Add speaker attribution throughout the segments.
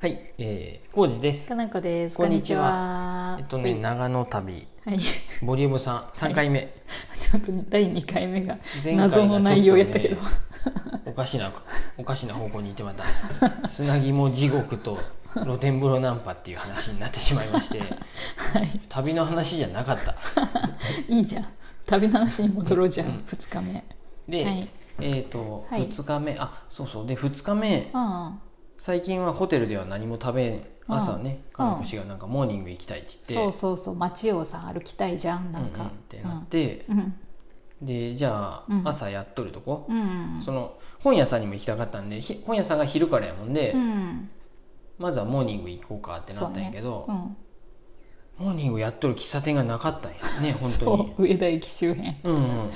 Speaker 1: はい、えー、浩二です
Speaker 2: か。なこです。
Speaker 1: こんにちはえ
Speaker 2: こん
Speaker 1: っ
Speaker 2: にち
Speaker 1: とね、長野旅、
Speaker 2: はい。 はい
Speaker 1: ボリューム3、3回目。
Speaker 2: ちょっと第二回目が
Speaker 1: 前回が
Speaker 2: 謎の内容やったけど、
Speaker 1: ちょっ おかしな、おかしな方向に行ってまた、砂肝地獄と露天風呂ナンパっていう話になってしまいま して、
Speaker 2: はい。
Speaker 1: 旅の話じゃなかった。
Speaker 2: いいじゃん。旅の話に戻ろうじゃ
Speaker 1: うんうん
Speaker 2: ん。二、日目。
Speaker 1: で、
Speaker 2: はい
Speaker 1: えっ、と、
Speaker 2: はい
Speaker 1: 2日目、あ、そうそう、で、2日目、
Speaker 2: ああ、
Speaker 1: 最近はホテルでは何も食べん、
Speaker 2: うん
Speaker 1: 朝ね、
Speaker 2: うん
Speaker 1: 彼氏がなんかモーニング行きたいって言
Speaker 2: そう
Speaker 1: って、
Speaker 2: そうそう。街をさ歩きたいじゃん。な
Speaker 1: う
Speaker 2: ん
Speaker 1: んうん
Speaker 2: か
Speaker 1: っ。てなって、
Speaker 2: うん。うん。
Speaker 1: で、じゃあ、
Speaker 2: うん
Speaker 1: 朝やっとるとこ、
Speaker 2: うんうん。
Speaker 1: その本屋さんにも行きたかったんでひ本屋さんが昼からやもんで、
Speaker 2: うん。
Speaker 1: まずはモーニング行こうかってなったんやけど、
Speaker 2: そうね
Speaker 1: モーニングやっとる喫茶店がなかったんやね
Speaker 2: うん。
Speaker 1: 本当
Speaker 2: そ
Speaker 1: に
Speaker 2: う上田駅周辺
Speaker 1: うんうん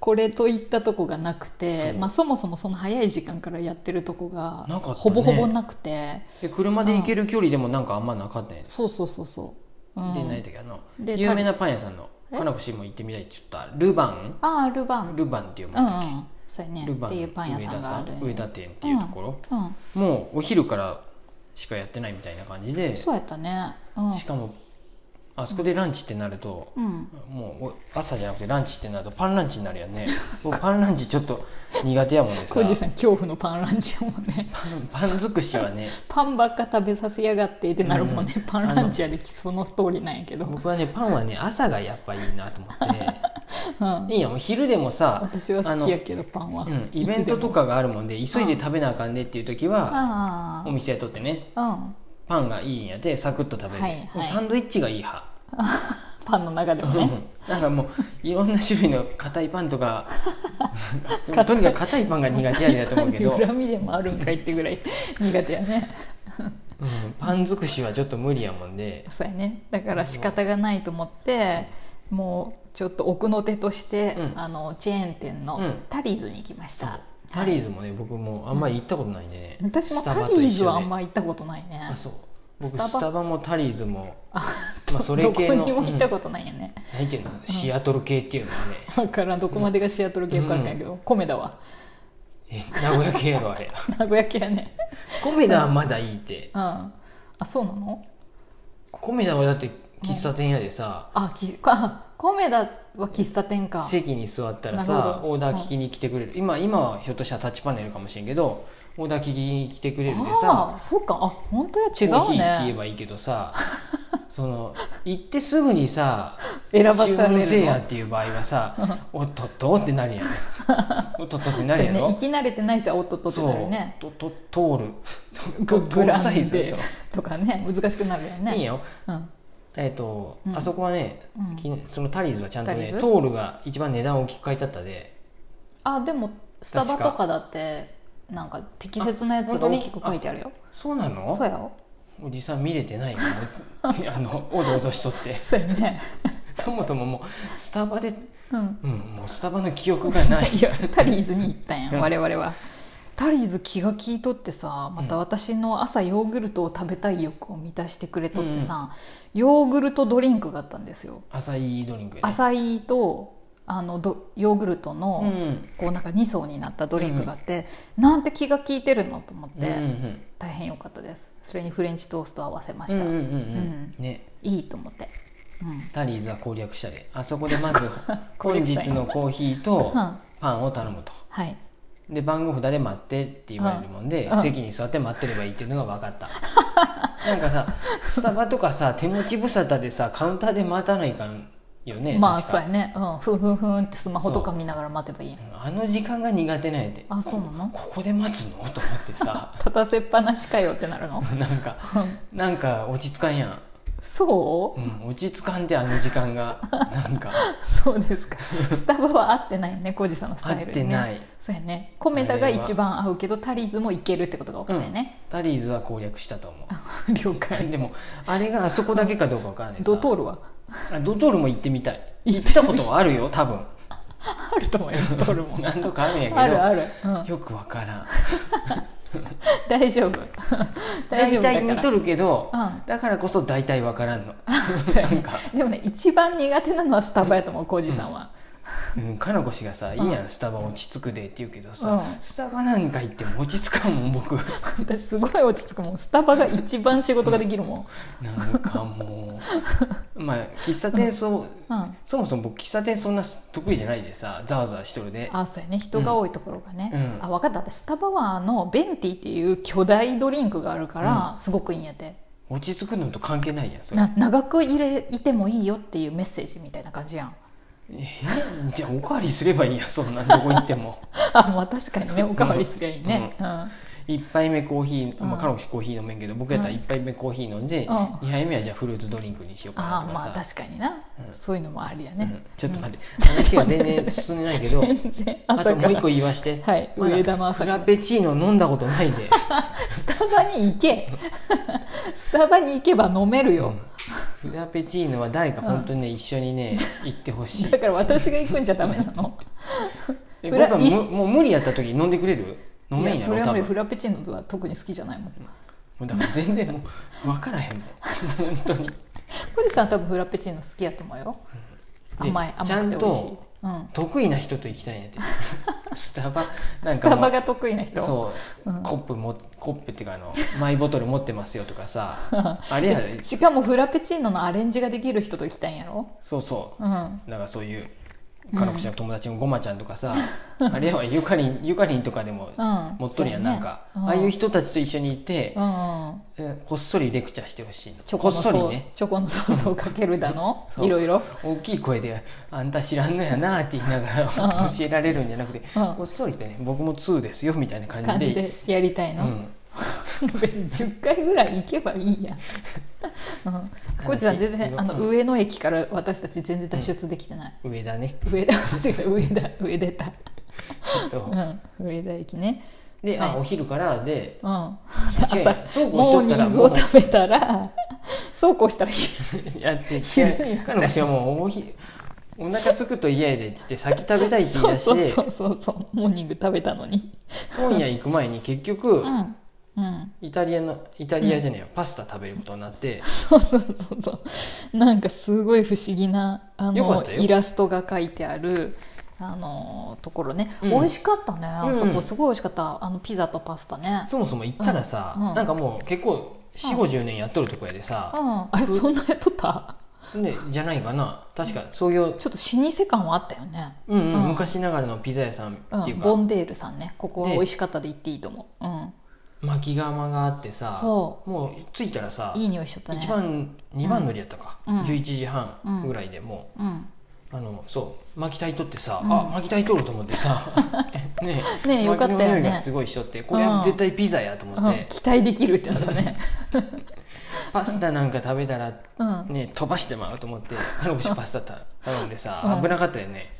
Speaker 2: これといったとこがなくて
Speaker 1: そう
Speaker 2: まあ、そもそもその早い時間からやってるとこが
Speaker 1: なかったね
Speaker 2: ほぼほぼなくて
Speaker 1: で車で行ける距離でもなんかあんまなかったんやつ、
Speaker 2: そうそうそうそう、うん、
Speaker 1: でない時あの
Speaker 2: で
Speaker 1: 有名なパン屋さんの
Speaker 2: え
Speaker 1: カナコシも行ってみたいって言ったルバン
Speaker 2: ああルバン
Speaker 1: ルバンっていう
Speaker 2: うんう
Speaker 1: もん
Speaker 2: んそうやね
Speaker 1: ルバ
Speaker 2: っ
Speaker 1: ン
Speaker 2: ていうパン屋さんがある
Speaker 1: 上田
Speaker 2: んや
Speaker 1: さん上田店っていうところ、
Speaker 2: うん
Speaker 1: もうお昼からしかやってないみたいな感じで
Speaker 2: そうやったねうん
Speaker 1: しかもあそこでランチってなると、
Speaker 2: うん
Speaker 1: もうお朝じゃなくてランチってなるとパンランチになるよ ね僕パンランチちょっと苦手やもんでさ
Speaker 2: 浩司さん恐怖のパンランチやもんね
Speaker 1: パンパン尽くしはね
Speaker 2: パンばっか食べさせやがってってなるもんね、
Speaker 1: うん
Speaker 2: パンランチやでその通りなんやけど、
Speaker 1: 僕はねパンはね朝がやっぱいいなと思 っ
Speaker 2: うん
Speaker 1: ていいやもう昼でもさ
Speaker 2: 私は好きやけどパンは、
Speaker 1: あのうん、イベントとかがあるもんで急いで食べなあかんでっていう時は
Speaker 2: あ
Speaker 1: お店やとってね
Speaker 2: あうん
Speaker 1: パンがいいんやでサクッと食べる、
Speaker 2: はいはい
Speaker 1: もうサンドイッチがいい派
Speaker 2: パンの中でも
Speaker 1: うん
Speaker 2: ね
Speaker 1: なんかもういろんな種類の硬いパンと かとにかく硬いパンが苦手やねんと思うけど
Speaker 2: パンに恨みでもあるんかいってぐらい苦手やね
Speaker 1: うん、パン尽くしはちょっと無理やもんで、
Speaker 2: そうやねだから仕方がないと思ってもうちょっと奥の手として、
Speaker 1: うん
Speaker 2: あのチェーン店
Speaker 1: う
Speaker 2: の
Speaker 1: ん
Speaker 2: タリーズに行きました、
Speaker 1: そうタリーズもね僕もうあんまり行ったことないんでね、
Speaker 2: 私も
Speaker 1: スタ
Speaker 2: タ
Speaker 1: バと一緒で
Speaker 2: リーズはあんま行ったことないね
Speaker 1: あそう僕
Speaker 2: スタバ
Speaker 1: スタバもタリーズも
Speaker 2: あ
Speaker 1: まあそれ
Speaker 2: どこ
Speaker 1: 系の
Speaker 2: にも行ったことないよね、
Speaker 1: 何ていうのシアトル系っていうのはね、
Speaker 2: だからんどこまでがシアトル系か分からんけど、コメダは
Speaker 1: え名古屋系やろあれ
Speaker 2: 名古屋系やね
Speaker 1: コメダはまだいいって
Speaker 2: うんあそうなの
Speaker 1: コメダはだって喫茶店やでさ、
Speaker 2: あきあコメダは喫茶店か
Speaker 1: 席に座ったら
Speaker 2: なる
Speaker 1: さ
Speaker 2: ほど
Speaker 1: オーダー聞きに来てくれる、今今はひょっとしたらタッチパネルかもしれんけどオーダー聞きに来てくれるでさ
Speaker 2: ああそうかあ本当や違
Speaker 1: コー
Speaker 2: う
Speaker 1: ヒーって言え
Speaker 2: ね
Speaker 1: ばいいけどさその行ってすぐにさ
Speaker 2: 選ばされる
Speaker 1: 注
Speaker 2: の
Speaker 1: 文せえやっていう場合はさ 「おっとっと」ってなるやん おっとっとってな
Speaker 2: そう
Speaker 1: るや
Speaker 2: やね
Speaker 1: ろ
Speaker 2: 行き慣れてない人はおっとっとってなるね
Speaker 1: そうとと 通る
Speaker 2: グ
Speaker 1: と
Speaker 2: グ
Speaker 1: 通
Speaker 2: ラ
Speaker 1: る
Speaker 2: ン
Speaker 1: サイズ
Speaker 2: で
Speaker 1: と
Speaker 2: とかね難しくなるよね
Speaker 1: いいよ
Speaker 2: うん、
Speaker 1: えっ、と、
Speaker 2: うん
Speaker 1: あそこはね、
Speaker 2: うん
Speaker 1: きそのタリーズはちゃんと
Speaker 2: タリ
Speaker 1: ね
Speaker 2: ーズ
Speaker 1: トールが一番値段を大きく書いてあったで
Speaker 2: あでもスタバとかだってなんか適切なやつが大きく書いてあるよ
Speaker 1: そうなの
Speaker 2: そうやろ
Speaker 1: おじさん見れてない よあのおどおどしとって
Speaker 2: そうやね
Speaker 1: そもそももうスタバで、
Speaker 2: うん
Speaker 1: うん、もうスタバの記憶がない
Speaker 2: いやタリーズに行ったんや
Speaker 1: うん
Speaker 2: 我々はタリーズ気が利いとってさまた私の朝ヨーグルトを食べたい欲を満たしてくれとってさ、ヨーグルトドリンクがあったんですよ
Speaker 1: 浅いドリンクやね
Speaker 2: アサイとあのどヨーグルトの、
Speaker 1: うん
Speaker 2: こうなんか2層になったドリンクがあって、なんて気が利いてるのと思って、
Speaker 1: うんうん
Speaker 2: 大変良かったですそれにフレンチトーストを合わせま
Speaker 1: う
Speaker 2: し
Speaker 1: んう
Speaker 2: た、
Speaker 1: んうんうん
Speaker 2: うん
Speaker 1: ね
Speaker 2: いいと思ってうん
Speaker 1: タリーズは攻略したであそこでまず
Speaker 2: 攻
Speaker 1: 本
Speaker 2: 略したん
Speaker 1: 日
Speaker 2: や
Speaker 1: のコーヒーと
Speaker 2: うん
Speaker 1: パンを頼むと
Speaker 2: はい
Speaker 1: で番号札で待ってって言われるもんで、
Speaker 2: うん
Speaker 1: 席に座って待ってればいいっていうのが分かったなんかさスタバとかさ手持ち無沙汰でさカウンターで待たないかんよね
Speaker 2: まあ
Speaker 1: 確か
Speaker 2: そうやねうんふんふんふんってスマホとか見ながら待てばいいやん
Speaker 1: うんあの時間が苦手なんやで
Speaker 2: あそうなの
Speaker 1: ここで待つのと思って さ
Speaker 2: 立たせっぱなしかよってな るの
Speaker 1: なんか
Speaker 2: うん
Speaker 1: なんか落ち着かんや
Speaker 2: そ
Speaker 1: ん、うん、落ち着かんってあの時間がなんか
Speaker 2: うそ うですかスタバは合ってないよねコジさんのス
Speaker 1: 合
Speaker 2: タイ
Speaker 1: っ
Speaker 2: ルに、ね、
Speaker 1: てない、
Speaker 2: そうやねコメダが一番合うけどタリーズもいけるってことが分かったよね、
Speaker 1: タリーズは攻略したと思う
Speaker 2: 了解
Speaker 1: でもあれがあそこだけかどうかわからないさ
Speaker 2: ドトールは
Speaker 1: あドトールも行ってみたい
Speaker 2: 行
Speaker 1: 行
Speaker 2: っ
Speaker 1: って
Speaker 2: みた
Speaker 1: た
Speaker 2: い
Speaker 1: ことはあるよ多分
Speaker 2: あると思うよドトー ルも
Speaker 1: 何度かあるんやけど
Speaker 2: あるある、うん、
Speaker 1: よくわからん
Speaker 2: 大丈 夫大
Speaker 1: 大
Speaker 2: 丈夫だ
Speaker 1: 体
Speaker 2: か
Speaker 1: 見
Speaker 2: ら
Speaker 1: とるけど、
Speaker 2: うん
Speaker 1: だからこそ大体わからんのなんか
Speaker 2: でもね一番苦手なのはスタバやと思う浩二さんは、
Speaker 1: うん、かなこ氏がさ「いいや
Speaker 2: うん
Speaker 1: スタバ落ち着くで」って言うけどさ、
Speaker 2: うん
Speaker 1: スタバなんか行っても落ち着かんもん 僕
Speaker 2: 私すごい落ち着くもんスタバが一番仕事ができるもん、
Speaker 1: なんかもうまあ喫茶店そう、
Speaker 2: うん、
Speaker 1: そもそも僕喫茶店そんな得意じゃないでさざわざわしとるで
Speaker 2: あそうやね人が多いところがね、
Speaker 1: うん
Speaker 2: あ分かった私スタバはあのベンティっていう巨大ドリンクがあるから、
Speaker 1: う
Speaker 2: すごくいいんやて
Speaker 1: 落ち着くのと関係ないやんそれ
Speaker 2: な長く入れいてもいいよっていうメッセージみたいな感じやん
Speaker 1: えじゃあおかわりすればいいやんそんなどこ行って も
Speaker 2: あ まあ確かにねおかわりすりゃいいね、うん
Speaker 1: 一杯目コーヒー、
Speaker 2: う
Speaker 1: ま
Speaker 2: ん
Speaker 1: あ、カロシコーヒー飲めんけど僕やったら
Speaker 2: うん
Speaker 1: 一杯目コーヒー飲んで、
Speaker 2: ん
Speaker 1: 二杯目はじゃあフルーツドリンクにしようかな
Speaker 2: あ
Speaker 1: とかさ
Speaker 2: まあ確かにな、
Speaker 1: うん
Speaker 2: そういうのもありや
Speaker 1: う
Speaker 2: ね、
Speaker 1: んちょっと待って話が全然進んでないけど
Speaker 2: 全然
Speaker 1: あ
Speaker 2: 朝か
Speaker 1: とも
Speaker 2: ら
Speaker 1: う一個言わして
Speaker 2: はい
Speaker 1: まだ
Speaker 2: 上田の朝
Speaker 1: フ
Speaker 2: から
Speaker 1: ラペチーノ飲んだことないん で
Speaker 2: スタバに 行けスタバに行けば飲めるよ、
Speaker 1: うんフラペチーノは誰か本当にね、一緒にね行ってほしい
Speaker 2: だから私が行くんじゃダメなの
Speaker 1: え
Speaker 2: フラ
Speaker 1: 僕は
Speaker 2: 一緒
Speaker 1: もうもう無理やった時飲んでくれる飲めん
Speaker 2: いや
Speaker 1: や
Speaker 2: そ
Speaker 1: ろ
Speaker 2: れは
Speaker 1: 多
Speaker 2: 無理
Speaker 1: 分
Speaker 2: フラペチーノは特に好きじゃないもん
Speaker 1: もうだから全然もう分からへんもん 本当に
Speaker 2: 小リさんは多分フラペチーノ好きやと思うよ、
Speaker 1: で
Speaker 2: 甘い
Speaker 1: ちゃ
Speaker 2: 甘くて
Speaker 1: ん
Speaker 2: 美味しい
Speaker 1: と、
Speaker 2: うん、
Speaker 1: 得意な人と行きたいん やってスタバなん
Speaker 2: ス
Speaker 1: かもう
Speaker 2: タバが得意な人
Speaker 1: そう、
Speaker 2: うん
Speaker 1: コップもコップっていうかあのマイボトル持ってますよとかさ あれやで
Speaker 2: しかもフラペチーノのアレンジができる人と行きたいんやろ
Speaker 1: そうそう
Speaker 2: うん
Speaker 1: だからそういうかのこちゃんの友達のごまちゃんとかさ、あれやわゆかりんゆかりんとかでも
Speaker 2: うん
Speaker 1: 持っとるやん、
Speaker 2: そう
Speaker 1: なん
Speaker 2: ね
Speaker 1: か、
Speaker 2: うん
Speaker 1: ああいう人たちと一緒にいて
Speaker 2: う、んうん
Speaker 1: えこっそりレクチャーしてほしい
Speaker 2: チョ
Speaker 1: こ
Speaker 2: コ
Speaker 1: っ
Speaker 2: の
Speaker 1: そり
Speaker 2: ソー
Speaker 1: ね
Speaker 2: チョコのソースをかけるだの
Speaker 1: そう
Speaker 2: いろいろ
Speaker 1: 大きい声で「あんた知らんのやな」って言いなが
Speaker 2: うんう
Speaker 1: ら
Speaker 2: ん
Speaker 1: 教えられるんじゃなくて、
Speaker 2: うん
Speaker 1: こっそりね「僕も2ですよ」みたいな感じ
Speaker 2: 感
Speaker 1: で
Speaker 2: じでやりたいうの、
Speaker 1: ん、
Speaker 2: 別に10回ぐらい行けばいいやん、うん、こいちさん全然あの上野駅から私たち全然脱出できてない、
Speaker 1: 上だね、
Speaker 2: 上田 間違えた上田上出た
Speaker 1: えっと
Speaker 2: うん上田駅ね
Speaker 1: で、
Speaker 2: は
Speaker 1: あ
Speaker 2: い
Speaker 1: お昼から で
Speaker 2: うん朝
Speaker 1: 違うそうこ
Speaker 2: モ
Speaker 1: う
Speaker 2: ー
Speaker 1: しとった
Speaker 2: ニ
Speaker 1: ら
Speaker 2: ングを食べたらそうこうしたら昼
Speaker 1: やって
Speaker 2: 昼に
Speaker 1: 彼女はもうおひお腹すくと嫌やでって言って先食べたいって言い
Speaker 2: そう
Speaker 1: 出して
Speaker 2: そうそうそうそうモーニング食べたのに
Speaker 1: 今夜行く前に結局、
Speaker 2: うんうん
Speaker 1: イタリアのイタリアじゃねえよ、パスタ食べることになって
Speaker 2: そうそうそうそう なんかすごい不思議なあ
Speaker 1: よか
Speaker 2: の
Speaker 1: ったよ
Speaker 2: イラストが書いてあるあのところね、
Speaker 1: うん
Speaker 2: 美味しかったね、あそ
Speaker 1: うん
Speaker 2: こすごい美味しかったあのピザとパスタね
Speaker 1: そもそも行ったらさ、
Speaker 2: うんうん
Speaker 1: なんかもう結構4 5 0年やっとるとこやで
Speaker 2: う
Speaker 1: さ、
Speaker 2: んあそんなやっとった
Speaker 1: でじゃないかな確か創業、
Speaker 2: ちょっと老舗感はあったよね
Speaker 1: うんうん
Speaker 2: うん
Speaker 1: 昔ながらのピザ屋さん
Speaker 2: う、
Speaker 1: っていうんか、
Speaker 2: ボンデールさんねここは
Speaker 1: で
Speaker 2: 美味しかったで行っていいと思う、うん、
Speaker 1: 巻き窯があってさ
Speaker 2: そ
Speaker 1: もう着いたらさ
Speaker 2: いい匂いしとったね
Speaker 1: 一番2番乗りやったか、
Speaker 2: うん
Speaker 1: 11時半ぐらいでも
Speaker 2: うん、
Speaker 1: う、あのそう巻きたいとってさ、
Speaker 2: うん
Speaker 1: あ巻きたいとると思って さねえ
Speaker 2: ねえよかったよね
Speaker 1: 薪の匂いがすごいしとってこれは絶対ピザやと思
Speaker 2: う
Speaker 1: っ
Speaker 2: ん
Speaker 1: て、
Speaker 2: 期待できるってなった ね、
Speaker 1: パスタなんか食べたら
Speaker 2: うん、
Speaker 1: ね、飛ばしてまうと思ってカロブシパスタた頼んで
Speaker 2: う
Speaker 1: さ
Speaker 2: ん
Speaker 1: 危なかったよね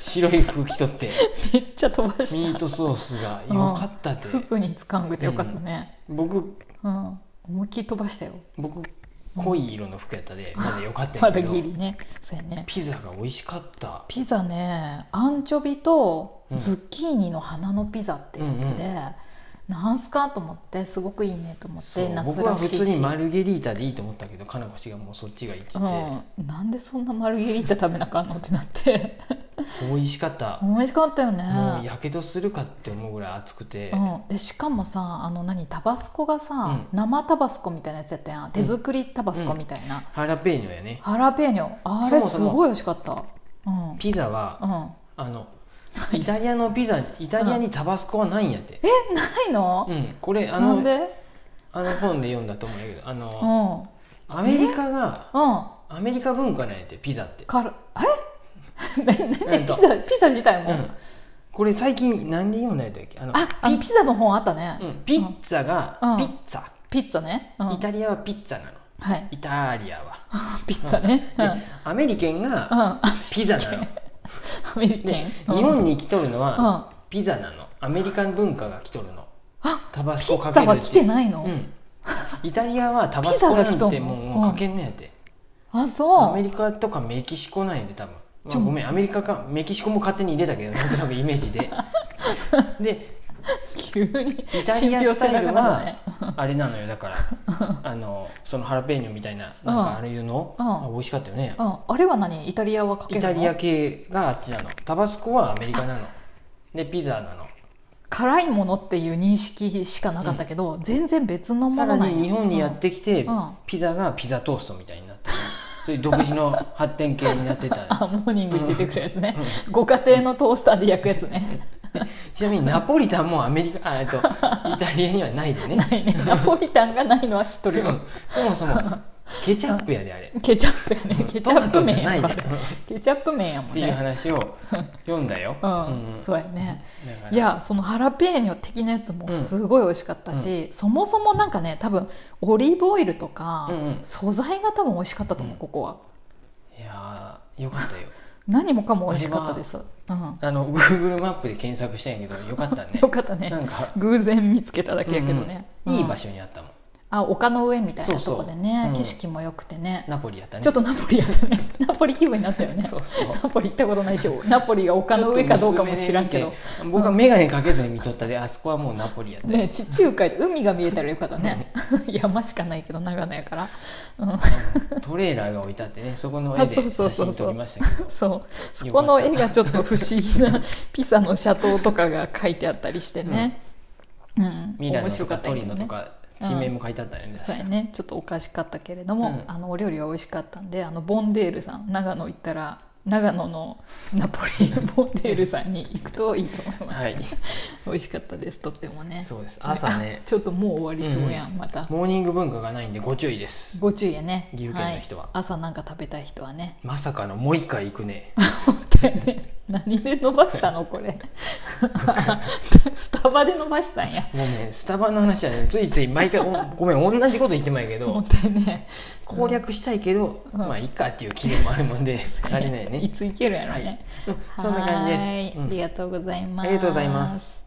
Speaker 1: 白い服着と って
Speaker 2: めっちゃ飛ば
Speaker 1: ミ
Speaker 2: し
Speaker 1: ートソースが
Speaker 2: うん
Speaker 1: よかったって
Speaker 2: た服につかんくてよかったね、
Speaker 1: 僕
Speaker 2: うん思いっきり飛ばしたよ
Speaker 1: 僕濃い色の服やったでまだよかったん
Speaker 2: ま
Speaker 1: や
Speaker 2: だ
Speaker 1: けど
Speaker 2: ギリねそうやね
Speaker 1: ピザが美味しかった
Speaker 2: ピザねアンチョビと
Speaker 1: うん
Speaker 2: ズッキーニの花のピザってやつで、
Speaker 1: うん
Speaker 2: なんすかと思ってすごくいいねと思っ
Speaker 1: そ
Speaker 2: て
Speaker 1: う
Speaker 2: 夏
Speaker 1: 僕は
Speaker 2: ら
Speaker 1: 普
Speaker 2: しいし
Speaker 1: 通にマルゲリータでいいと思ったけどかなこ氏がもうそっちがいいって言っ
Speaker 2: うん、なんでそんなマルゲリータ食べなあかんのって なって
Speaker 1: て美味しかった
Speaker 2: 美味しかったよね
Speaker 1: もうやけどするかって思うぐらい熱くて
Speaker 2: うん、でしかもさあの何タバスコがさ、生タバスコみたいなやつやったやん手作りタバスコみたいな、
Speaker 1: ハラペーニョやね
Speaker 2: ハラペーニョあれ
Speaker 1: そも
Speaker 2: す
Speaker 1: そも
Speaker 2: ごい美味しかったうん、うん、
Speaker 1: ピザはあのイタリアのピザイタリアにタバスコはないんやって
Speaker 2: えないの
Speaker 1: う、ん、これあ
Speaker 2: な
Speaker 1: の
Speaker 2: んで
Speaker 1: あの本で読んだと思うんやけどあ
Speaker 2: う
Speaker 1: の
Speaker 2: んうん
Speaker 1: アメリカがアメリカ文化なんやってピザって、
Speaker 2: からえ な
Speaker 1: う
Speaker 2: 何
Speaker 1: ん
Speaker 2: ピ
Speaker 1: と
Speaker 2: ザピザ自体も、
Speaker 1: うん、これ最近何で読んだんやったっけあの
Speaker 2: ああのピザの本あったね、
Speaker 1: うん、ピッツァが、
Speaker 2: うん
Speaker 1: ピッツァ、
Speaker 2: ピッツァね、うん、
Speaker 1: イタリアはピッツァなの
Speaker 2: はい
Speaker 1: イタリアは、
Speaker 2: ピッツァね、うん
Speaker 1: でアメリケン
Speaker 2: うん
Speaker 1: が
Speaker 2: ア
Speaker 1: ピザなの、
Speaker 2: メリカン、
Speaker 1: で
Speaker 2: うん
Speaker 1: 日本に来とるの
Speaker 2: う
Speaker 1: は
Speaker 2: ん
Speaker 1: ピザなのアメリカン文化が来とるの
Speaker 2: あ
Speaker 1: タバス
Speaker 2: ピ
Speaker 1: コ
Speaker 2: ッ
Speaker 1: か
Speaker 2: ツ
Speaker 1: け
Speaker 2: ァ
Speaker 1: るっ
Speaker 2: は
Speaker 1: て
Speaker 2: 来てないの、
Speaker 1: うん、イタリアはタバスコ
Speaker 2: ピザが
Speaker 1: な
Speaker 2: 来と
Speaker 1: ん
Speaker 2: ん
Speaker 1: て
Speaker 2: の
Speaker 1: もうもうかけんのやって、
Speaker 2: あそ
Speaker 1: ア
Speaker 2: う
Speaker 1: メリカとかメキシコなんやで多分、ま
Speaker 2: ち
Speaker 1: あ、
Speaker 2: ょ
Speaker 1: ごめんアメリカかメキシコも勝手に入れたけどなんとなくイメージでで
Speaker 2: 急に
Speaker 1: イタリアスタイルは
Speaker 2: 信憑性なかったね
Speaker 1: あれなのよだからあのそのハラペーニョみたいななん
Speaker 2: うん
Speaker 1: かああいうの、
Speaker 2: うん
Speaker 1: あ美味しかったよね、
Speaker 2: ああれは何イタリアはかけ
Speaker 1: イ
Speaker 2: るの
Speaker 1: タリア系があっちなのタバスコはアメリカなのでピザなの
Speaker 2: 辛いものっていう認識しかなかったけど、全然別のも
Speaker 1: さ
Speaker 2: の
Speaker 1: ら
Speaker 2: なんや
Speaker 1: に日本にやってきて、
Speaker 2: うんうん
Speaker 1: ピザがピザトーストみたいになってるそういう独自の発展系になってた
Speaker 2: あモーニングに出てくるやつね、
Speaker 1: う
Speaker 2: ご家庭のトースターで焼くやつね、
Speaker 1: ちなみにナポリタンもアメリカ あえっとイタリアにはないでね
Speaker 2: ないねナポリタンがないのは知っとる
Speaker 1: でも
Speaker 2: よ、
Speaker 1: そもそもケチャップやであれ
Speaker 2: ケチャップやね ケ
Speaker 1: ト
Speaker 2: チャップ
Speaker 1: マト
Speaker 2: 麺
Speaker 1: じゃな
Speaker 2: や
Speaker 1: いで
Speaker 2: か
Speaker 1: っ
Speaker 2: らケチャップ麺やもん
Speaker 1: ていう
Speaker 2: ね
Speaker 1: 話を読んだよ、
Speaker 2: うん、
Speaker 1: うん
Speaker 2: そうやね、
Speaker 1: だから
Speaker 2: いやそのハラペーニョ的なやつもすごい美味しかったし、そもそもなんかね多分オリーブオイルとか、
Speaker 1: うんうん
Speaker 2: 素材が多分美味しかったと思う、
Speaker 1: うん
Speaker 2: ここはい
Speaker 1: やーよかったよ
Speaker 2: 何もかも美味しかったです、うん、
Speaker 1: あの Google マップで検索したんやけどよかったね
Speaker 2: よかったね
Speaker 1: なんか
Speaker 2: 偶然見つけただけやけどね、
Speaker 1: うんいい場
Speaker 2: 所
Speaker 1: 所にあったもん
Speaker 2: あ丘の上みたいな
Speaker 1: そうそ
Speaker 2: と
Speaker 1: う
Speaker 2: こでね
Speaker 1: うん
Speaker 2: 景色も良くてね、
Speaker 1: ナポリやったね
Speaker 2: ちょっとナポリやったね ナポリ気分になったよね
Speaker 1: そうそう
Speaker 2: ナポリ行ったことないしナポリが丘の上かどうかも知らんけ
Speaker 1: ち
Speaker 2: ど
Speaker 1: ょっと薄めで見て僕は眼鏡かけずに見とったであそこはもうナポリやった よ
Speaker 2: ね地中海で海が見えたらよかったね山しかないけど長野やから、 う
Speaker 1: トレーラーが置いてあってねそこの
Speaker 2: あ
Speaker 1: 絵
Speaker 2: そ
Speaker 1: で
Speaker 2: うそう
Speaker 1: 写
Speaker 2: そうそう
Speaker 1: 真撮りましたけど
Speaker 2: ん、そうそこの絵がちょっと不思議なピサの斜塔とかが書いてあったりしてね、うん
Speaker 1: ミラノと
Speaker 2: 面白か
Speaker 1: か
Speaker 2: ったん
Speaker 1: ト
Speaker 2: や
Speaker 1: リ
Speaker 2: けど
Speaker 1: ノと
Speaker 2: ね
Speaker 1: か地名も書いてあったよね
Speaker 2: そうやねちょっとおかしかったけれども、
Speaker 1: うん
Speaker 2: あのお料理は美味しかったんであのボンデールさん長野行ったら長野のナポリボンデールさんに行くといいと思います、
Speaker 1: はい
Speaker 2: 美味しかったですとってもね
Speaker 1: そうです朝ね
Speaker 2: あ ちょっともう終わりそうやん、また
Speaker 1: モーニング文化がないんでご注意です
Speaker 2: ご注意やね
Speaker 1: 岐阜県の人はい
Speaker 2: 朝なんか食べたい人はね
Speaker 1: まさかのもう一回行くね
Speaker 2: 本当やね何で伸ばしたの これスタバで伸ばしたんや
Speaker 1: もうねスタバの話はねついつい毎回おごめん同じこと言ってまいけど
Speaker 2: 本当やね
Speaker 1: 攻略したいけど、
Speaker 2: うん
Speaker 1: まあいいかっていう気分もあるもん であれないね
Speaker 2: いつ行けるやろね、
Speaker 1: うんそんな感じ
Speaker 2: はーい
Speaker 1: です、うん
Speaker 2: ありがとうございます
Speaker 1: ありがとうございます